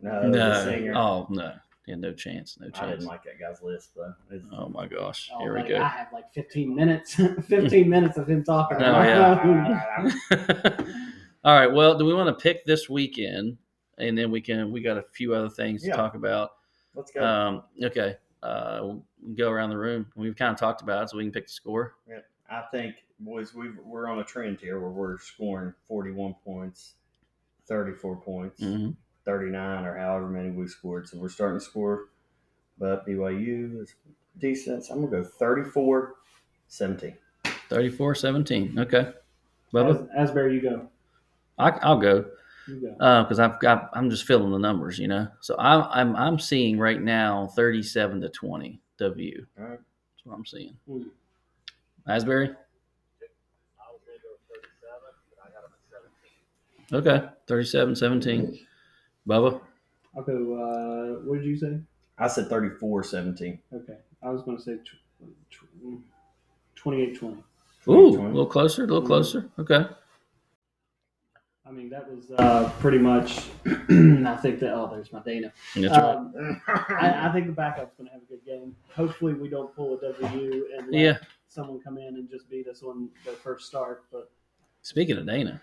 S2: No, the
S1: No,
S2: singer.
S1: oh no, yeah, no chance, no
S2: I didn't
S1: chance.
S2: like that guy's list, though. It's-
S1: Oh my gosh,
S3: Oh,
S1: here we
S3: like,
S1: go.
S3: I have like 15 minutes. <laughs> 15 minutes of him talking.
S1: No,
S3: on my
S1: Oh,
S2: <laughs>
S1: yeah.
S3: <laughs> phone.
S1: <laughs> All right. Well, do we want to pick this weekend, and then we can we got a few other things
S2: Yeah.
S1: to talk about.
S2: Let's go.
S1: Um, okay, uh, we'll go around the room. We've kind of talked about it, so we can pick the score.
S2: I think, boys, we've, we're on a trend here where we're scoring 41 points, 34 points,
S1: Mhm.
S2: 39, or however many we scored. So we're starting to score. But BYU is decent. So I'm going to go 34 17.
S1: 34-17. Okay, Bubba,
S3: As, Asbury, you go.
S1: I, I'll go
S3: You go.
S1: because I've got I'm just filling the numbers, you know. So I'm I'm I'm seeing right now thirty-seven to twenty W.
S2: All right.
S1: That's what I'm seeing.
S3: Hmm.
S1: Asbury,
S4: I was going to go with 37, but I got him at 17.
S1: okay, 37-17. Bubba,
S3: I'll go. Uh, what did you say?
S2: I said 34 17.
S3: Okay. I was going to say tw- tw- mm, 28 20.
S1: ooh, a
S2: 20.
S1: little closer, a little
S3: Mhm.
S1: closer. Okay.
S3: I mean, that was uh, pretty much, <clears throat> I think that, oh, there's my Dana.
S1: That's right.
S3: Um, I, I think the backup's going to have a good game. Hopefully, we don't pull a W and let
S1: Yeah.
S3: someone come in and just beat us on their first start. But
S1: Speaking of Dana,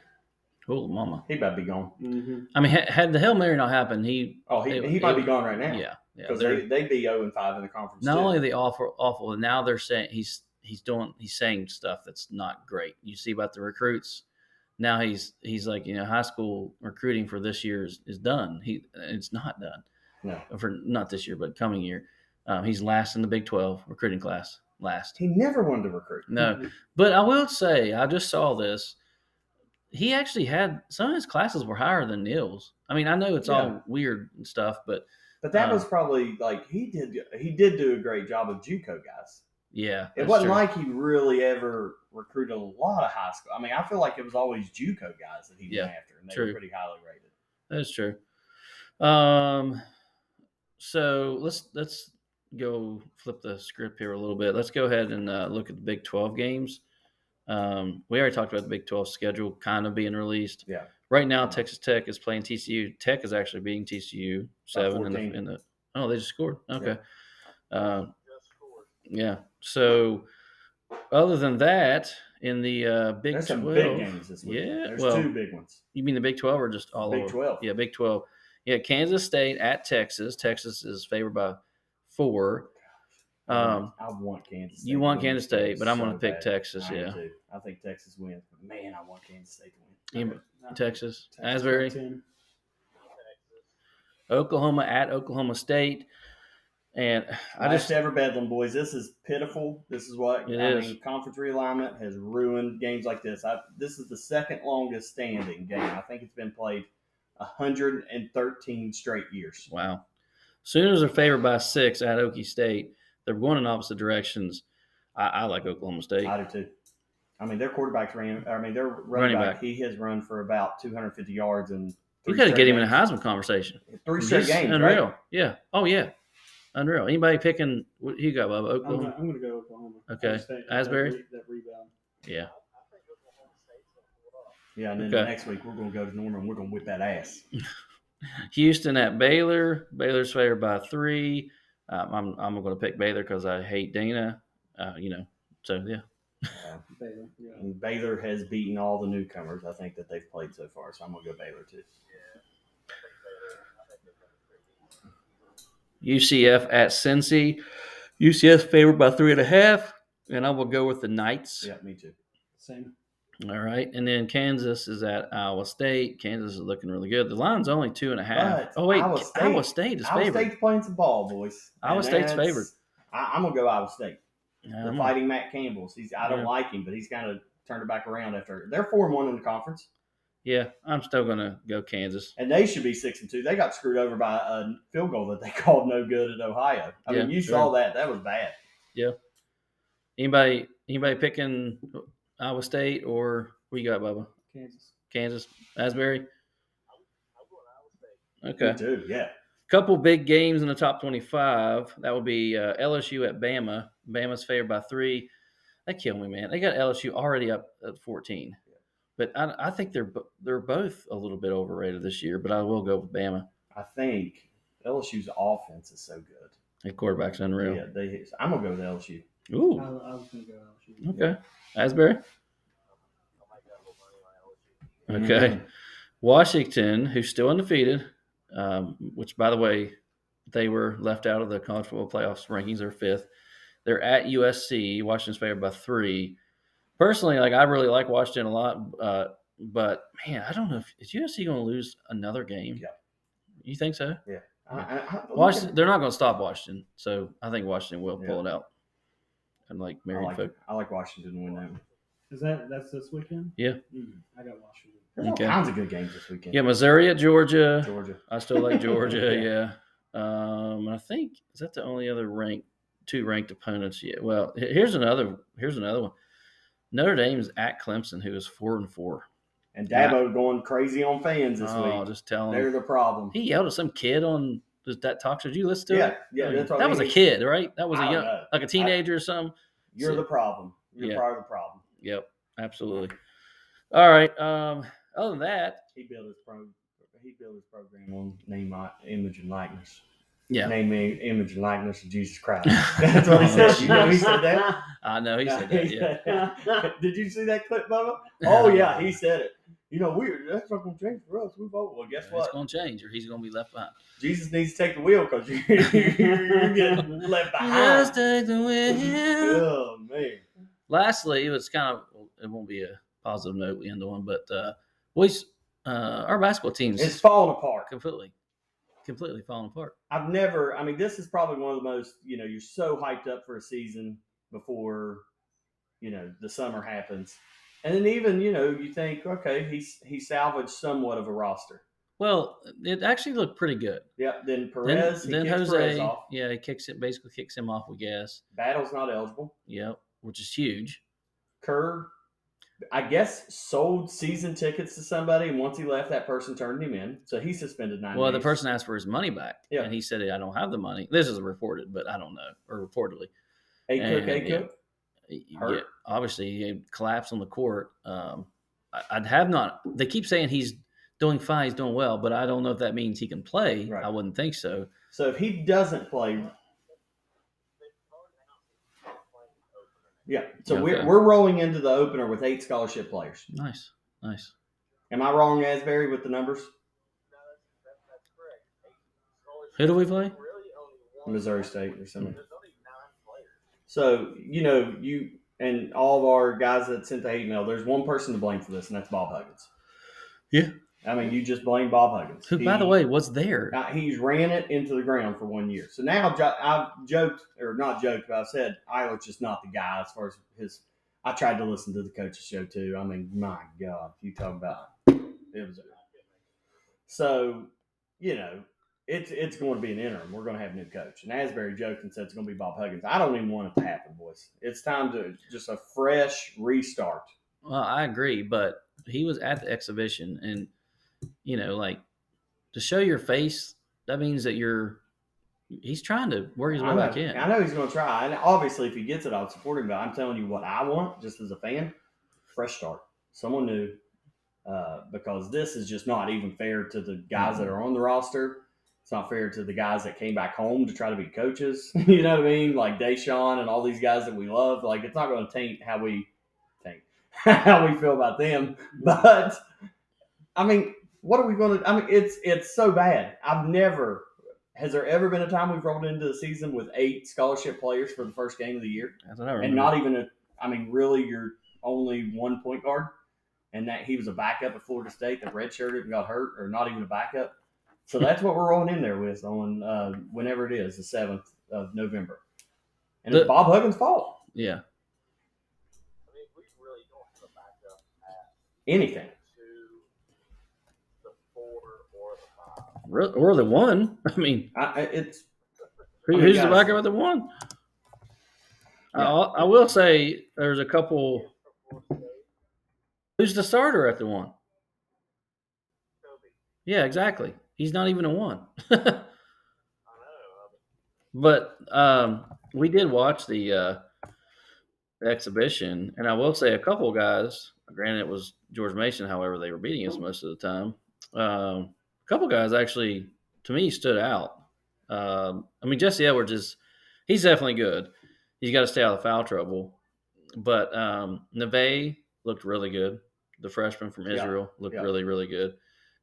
S1: holy mama.
S2: <laughs> He might be gone.
S3: mhm.
S1: I mean, had, had the Hail Mary not happened, he
S2: Oh, he,
S1: It-
S2: he might
S1: it-
S2: be gone right now.
S1: yeah yeah.
S2: Because
S1: they're-
S2: they, they'd be 0 and 5 in the conference.
S1: not
S2: too.
S1: only are they awful awful, and now they're saying he's he's doing he's saying stuff that's not great. You see about the recruits. Now he's he's like you know high school recruiting for this year is, is done. He it's not done.
S2: No.
S1: for not this year, but coming year. Um, he's last in the Big Twelve recruiting class, last.
S2: He never wanted to recruit.
S1: No, but I will say I just saw this. He actually had some of his classes were higher than Neil's. I mean, I know it's all weird and stuff, but
S2: But that
S1: Um,
S2: was probably like he did. He did do a great job of JUCO guys.
S1: yeah,
S2: It
S1: that's
S2: wasn't
S1: true.
S2: like he really ever recruited a lot of high school. I mean, I feel like it was always JUCO guys that he
S1: Yeah,
S2: went after, and they
S1: true.
S2: were pretty highly rated.
S1: That's true. Um, so let's let's go flip the script here a little bit. Let's go ahead and uh, look at the Big Twelve games. Um, we already talked about the Big Twelve schedule kind of being released.
S2: Yeah.
S1: Right now, Texas Tech is playing TCU. Tech is actually beating TCU seven in the,
S2: 14.
S1: in the. Oh, they just scored. Okay. Yeah.
S4: Just scored.
S1: yeah. So, other than that, in the uh, Big
S2: There's some
S1: Twelve,
S2: big games this week.
S1: Yeah,
S2: There's
S1: well,
S2: two big ones.
S1: you mean the Big Twelve or just all
S2: Big
S1: over?
S2: 12.
S1: Yeah, Big Twelve. Yeah, Kansas State at Texas. Texas is favored by four. Um,
S2: I want Kansas. State
S1: you
S2: to
S1: want
S2: win
S1: Kansas
S2: this game
S1: State, but I'm
S2: so
S1: going to pick
S2: bad.
S1: Texas.
S2: I am
S1: Yeah,
S2: too. I think Texas wins, but man, I want Kansas State to win.
S1: You-
S3: No.
S1: Texas,
S3: Texas
S1: Asbury,
S3: 10.
S4: Texas.
S1: Oklahoma at Oklahoma State, and I
S2: Last
S1: just
S2: ever Bedlam boys. This is pitiful. This is what
S1: It
S2: I
S1: is.
S2: mean. Conference realignment has ruined games like this. I, this is the second longest standing game. I think it's been played 113 straight years.
S1: wow. Sooners are favored by six at Okie State. They're going in opposite directions. I, I like Oklahoma State.
S2: I do too. I mean, their quarterback's ran. I mean, their running,
S1: Running
S2: back,
S1: back.
S2: He has run for about 250 yards and.
S1: You got to get him in a
S2: high.
S1: Heisman conversation.
S2: Three straight
S1: He's
S2: games.
S1: unreal.
S2: Right?
S1: Yeah. Oh yeah. Unreal. Anybody picking? What you got, Bob?
S3: I'm
S1: Oklahoma.
S3: gonna, I'm gonna go Oklahoma.
S1: Okay.
S3: Oklahoma State, that
S1: Asbury?
S3: re- That rebound.
S1: Yeah.
S4: I think Oklahoma State's going to pull it off.
S2: Yeah, and then
S1: Okay.
S2: next week we're going to go to Norman. We're going to whip that ass.
S1: Houston at Baylor. Baylor's favored by three. Um, I'm I'm going to pick Baylor because I hate Dana. Uh, you know, so yeah.
S2: Uh,
S3: Baylor, yeah.
S2: and Baylor has beaten all the newcomers. I think that they've played so far, so I'm going to go Baylor too.
S4: I think they're, I think they're going to pretty easy.
S1: UCF at Cincy. UCF favored by three and a half, and I will go with the Knights.
S2: Yeah, me too.
S3: Same.
S1: All right, and then Kansas is at Iowa State. Kansas is looking really good. The line's only two and a half.
S2: But
S1: oh wait, Iowa
S2: Iowa
S1: State,
S2: State-
S1: is
S2: Iowa
S1: favored.
S2: State's playing some ball, boys.
S1: Iowa
S2: And
S1: State's
S2: that's-
S1: favored.
S2: I, I'm gonna go Iowa State. They're
S1: Um,
S2: fighting Matt Campbell's. He's I don't
S1: Yeah.
S2: like him, but he's kind of turned it back around after they're four and one in the conference,
S1: yeah, I'm still going to go Kansas.
S2: and they should be six and two. They got screwed over by a field goal that they <laughs> called no good at Ohio. I mean,
S1: Yeah,
S2: you
S1: sure.
S2: saw that. That was bad.
S1: Anybody anybody picking Iowa State or what you got, Bubba?
S3: Kansas.
S1: Kansas, Asbury.
S4: I'm going Iowa
S1: Okay.
S4: State.
S2: Me too. Yeah.
S1: Couple big games in the top 25. That would be uh, LSU at Bama. Bama's favored by three. They kill me, man. They got LSU already up at 14. But I, I think they're bo- they're both a little bit overrated this year. But I will go with Bama.
S2: I think LSU's offense is so good.
S1: Their quarterback's unreal.
S2: Yeah, they, I'm gonna go with LSU.
S3: I,
S1: Ooh.
S3: I was gonna go LSU.
S1: Okay. Asbury.
S4: I might got a little money on LSU.
S1: Okay.
S2: Mhm.
S1: Washington, who's still undefeated, um, which by the way, they were left out of the college football playoffs rankings. They're fifth. They're at USC. Washington's favored by three. Personally, like I really like Washington a lot, uh, but man, I don't know if is USC going to lose another game.
S2: Yeah.
S1: You think so?
S2: I, I, I,
S1: Washington, they're not going to stop Washington, so I think Washington will pull it out. And like
S2: I
S1: married
S2: like,
S1: folk,
S2: I like Washington to win that. one.
S3: Is that that's this weekend?
S1: Yeah.
S3: Mm, I got Washington.
S2: There's all
S1: Okay.
S2: kinds of good games this weekend.
S1: yeah, Missouri at Georgia.
S2: Georgia.
S1: I still
S2: <laughs>
S1: like Georgia. yeah. Um, and I think is that the only other ranked two ranked opponents yet? Well, he- here's another. Here's another one. Notre Dame's at Clemson, who is four and four.
S2: And
S1: Yeah.
S2: Dabo going crazy on fans this
S1: oh,
S2: week.
S1: just telling
S2: They're
S1: him.
S2: the problem.
S1: He yelled at some kid on does that talk show. Did you listen to
S2: yeah,
S1: it? Oh,
S2: yeah, that's what
S1: that
S2: I
S1: was a
S2: mean.
S1: kid, right? That was
S2: I
S1: a
S2: don't
S1: young,
S2: know.
S1: like a teenager or something.
S2: You're the problem. You're
S1: Yeah.
S2: part of the problem.
S1: Yep, absolutely. All right. Um, other than that,
S2: He built his pro. He built his program on name, uh, image, and likeness.
S1: yeah,
S2: Name, i- image, and likeness of
S1: <laughs>
S2: Jesus Christ. <laughs> That's what Oh, he said. You know, he said that.
S1: I
S2: <laughs>
S1: know <laughs> he said that. Yeah.
S2: Did you see that <laughs> clip,
S1: <laughs>
S2: Bubba? Oh yeah, he said it. You know, we that's not gonna change for us. We vote. Well, guess
S1: It's
S2: what?
S1: going to change, or he's going to be left behind.
S2: Jesus needs to take the wheel because you, <laughs> you're
S1: <laughs>
S2: getting
S1: Just
S2: left behind.
S1: take the
S2: <laughs>
S1: wheel.
S2: Oh man.
S1: lastly, it was kind of it won't be a positive note we end on, but uh, boys, uh, our basketball teams
S2: It's falling apart.
S1: completely completely falling apart.
S2: I've never. I mean, this is probably one of the most. You know, you're so hyped up for a season before, you know, the summer happens, and then even you know you think, okay, he's he salvaged somewhat of a roster.
S1: Well, it actually looked pretty good.
S2: Yep. Then Perez,
S1: then
S2: he
S1: then
S2: kicks Perez
S1: Jose,
S2: off.
S1: yeah, he kicks it basically kicks him off, we guess.
S2: Battle's not eligible.
S1: Yep, which is huge.
S2: Kerr, I guess, sold season tickets to somebody, and once he left, that person turned him in, so he suspended nine.
S1: Well, the
S2: days.
S1: person asked for his money back,
S2: Yeah.
S1: and he said, "I don't have the money." This is reported, but I don't know, or reportedly.
S2: Hey Cook, hey
S1: and, yeah.
S2: Cook.
S1: Yeah,
S2: Hurt.
S1: obviously, he collapsed on the court. Um, I, I'd have not. They keep saying he's doing fine, he's doing well, but I don't know if that means he can play.
S2: Right.
S1: I wouldn't think so.
S2: So if he doesn't play, yeah. So we're,
S1: Okay.
S2: we're rolling into the opener with eight scholarship players.
S1: Nice, nice.
S2: Am I wrong, Asbury, with the numbers?
S1: Who do we play?
S2: Missouri State or something.
S4: There's only nine players.
S2: So you know you and all of our guys that sent the hate mail. There's one person to blame for this, and that's Bob Huggins.
S1: Yeah.
S2: I mean, you just blame Bob Huggins.
S1: Who, by the
S2: He-
S1: way, was there?
S2: Uh, he's ran it into the ground for one year. So now jo- I've joked, or not joked, but I said Iowa's just not the guy as far as his. I tried to listen to the coach's show too. I mean, my God, you talk about it was. So, you know, it's it's going to be an interim. We're going to have a new coach. And Asbury joked and said it's going to be Bob Huggins. I don't even want it to happen, boys. It's time to just a fresh restart.
S1: Well, I agree, but he was at the exhibition, and you know, like to show your face, that means that you're. He's trying to work his way
S2: I know,
S1: back in.
S2: I know he's going to try. And obviously, if he gets it, I'll support him. But I'm telling you what I want, just as a fan, fresh start. Someone new. Uh, because this is just not even fair to the guys that are on the roster. It's not fair to the guys that came back home to try to be coaches. <laughs> you know what I mean? Like Deshaun and all these guys that we love. Like it's not going to taint how we taint <laughs> how we feel about them. <laughs> But I mean, what are we going to? I mean, it's it's so bad. I've never has there ever been a time we've rolled into the season with eight scholarship players for the first game of the year
S1: I don't know.
S2: and not even a? I mean, really, your only one point guard, and that he was a backup at Florida State that redshirted and got hurt, or not even a backup.
S1: Hmm.
S2: So that's what we're rolling in there with on uh, whenever it is the seventh of November, and
S1: The-
S2: it's Bob Huggins' fault.
S1: yeah,
S4: I mean, we really don't have a backup at
S2: Anything.
S4: two, the four, or the five.
S1: Re- or the one. <laughs> I mean,
S2: I, I- it's
S1: who,
S2: I mean,
S1: who's the
S2: guys-
S1: backup of the one? I-
S2: Yeah.
S1: I, I will say there's a couple. Who's the starter at the one?
S4: Kobe,
S1: Yeah, exactly. He's not even a one.
S4: I know. I mean,
S1: But um, we did watch the uh, the exhibition, and I will say a couple guys. Granted, it was George Mason. However, they were beating us most of the time. Um, a couple guys actually, to me, stood out. Um, I mean, Jesse Edwards is he's definitely good. He's got to stay out of foul trouble. But um, Neve looked really good. The freshman from
S2: Yeah.
S1: Israel looked
S2: Yeah.
S1: really, really good.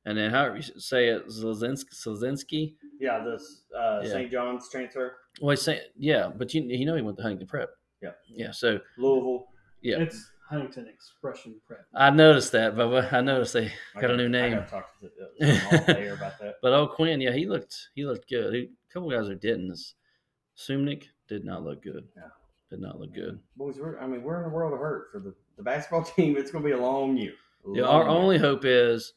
S1: And then however you say it, Zelensky. Zelensky
S2: yeah, this uh,
S1: Yeah.
S2: St. John's transfer,
S1: well, he's saying, yeah, but you, you know he went to Huntington Prep.
S2: Yeah.
S1: Yeah. So
S2: Louisville.
S1: Yeah.
S3: It's Huntington Expression
S1: <laughs>
S3: Prep.
S1: I noticed that, but I noticed they
S2: I
S1: got a new
S2: I
S1: name.
S2: gotta talk
S1: <laughs>
S2: to the, uh, there about that.
S1: But oh, Quinn, yeah, he looked he looked good. He, a couple guys who didn't. Is, Sumnik did not look good.
S2: No.
S1: Did not look good.
S2: boys, we're I mean, we're in a world of hurt for the, the basketball <laughs> team. It's going to be a long year.
S1: Yeah, our only hope is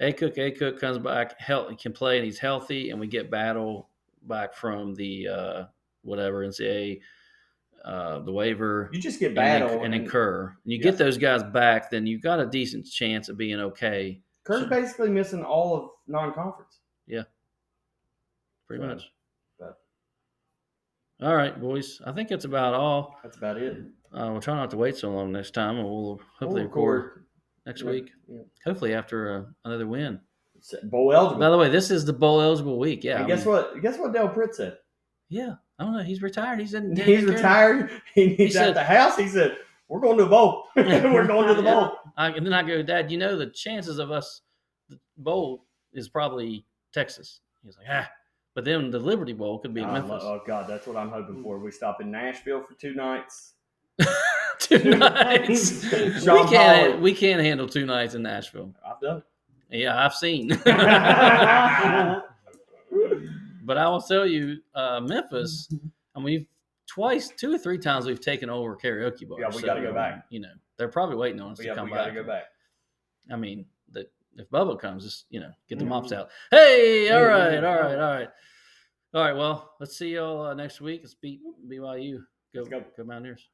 S1: A Cook, A Cook comes back, health, can play, and he's healthy, and we get battle back from the uh, whatever NCAA, uh, the waiver.
S2: you just get
S1: and
S2: battle
S1: inc- and incur. And you
S2: Yeah.
S1: get those guys back, then you've got a decent chance of being okay.
S2: Kirk's basically missing all of non-conference.
S1: Pretty
S2: So,
S1: much.
S2: but-
S1: All right, boys. I think that's about all.
S2: That's about it.
S1: Uh, we'll try not to wait so long next time, and we'll hopefully
S2: We'll
S1: record, next
S2: Yeah,
S1: week.
S2: yeah.
S1: Hopefully after uh, another win.
S2: It's bowl eligible.
S1: By the way, this is the bowl eligible week. Yeah.
S2: and
S1: I
S2: guess
S1: mean-
S2: what? Guess what? Dale Pritt said.
S1: Yeah. I don't know. He's retired. He's in.
S2: <laughs> He's retired. He needs
S1: said-
S2: at the house. He said, "We're going to the bowl. <laughs> we're going to the
S1: Yeah.
S2: bowl."
S1: I, and then I go, Dad. You know the chances of us the bowl is probably Texas. He's like, ah. But then the Liberty Bowl could be in
S2: I love-
S1: Memphis. <laughs>
S2: oh God, that's what I'm hoping for. We stop in Nashville for
S1: <laughs>
S2: two nights.
S1: two nights. we
S2: Sean
S1: can't.
S2: Hawley.
S1: We can't handle two nights in Nashville. <laughs>
S2: <laughs> I've done.
S1: Yeah, I've seen.
S2: it.
S1: But I will tell you, uh, Memphis. I mean, we've twice, two or three times we've taken over karaoke bars.
S2: Yeah, we gotta go back.
S1: You know, they're probably waiting on us
S2: Yeah,
S1: to come
S2: we got to
S1: back.
S2: go back.
S1: I mean, the, if Bubba comes, just you know, get the
S2: Mhm.
S1: mops out. Hey, all
S3: Yeah,
S1: right,
S3: yeah.
S1: all right, all right, all right. Well, let's see y'all uh, next week. Let's beat BYU. Go,
S2: Let's go.
S1: go Mountaineers.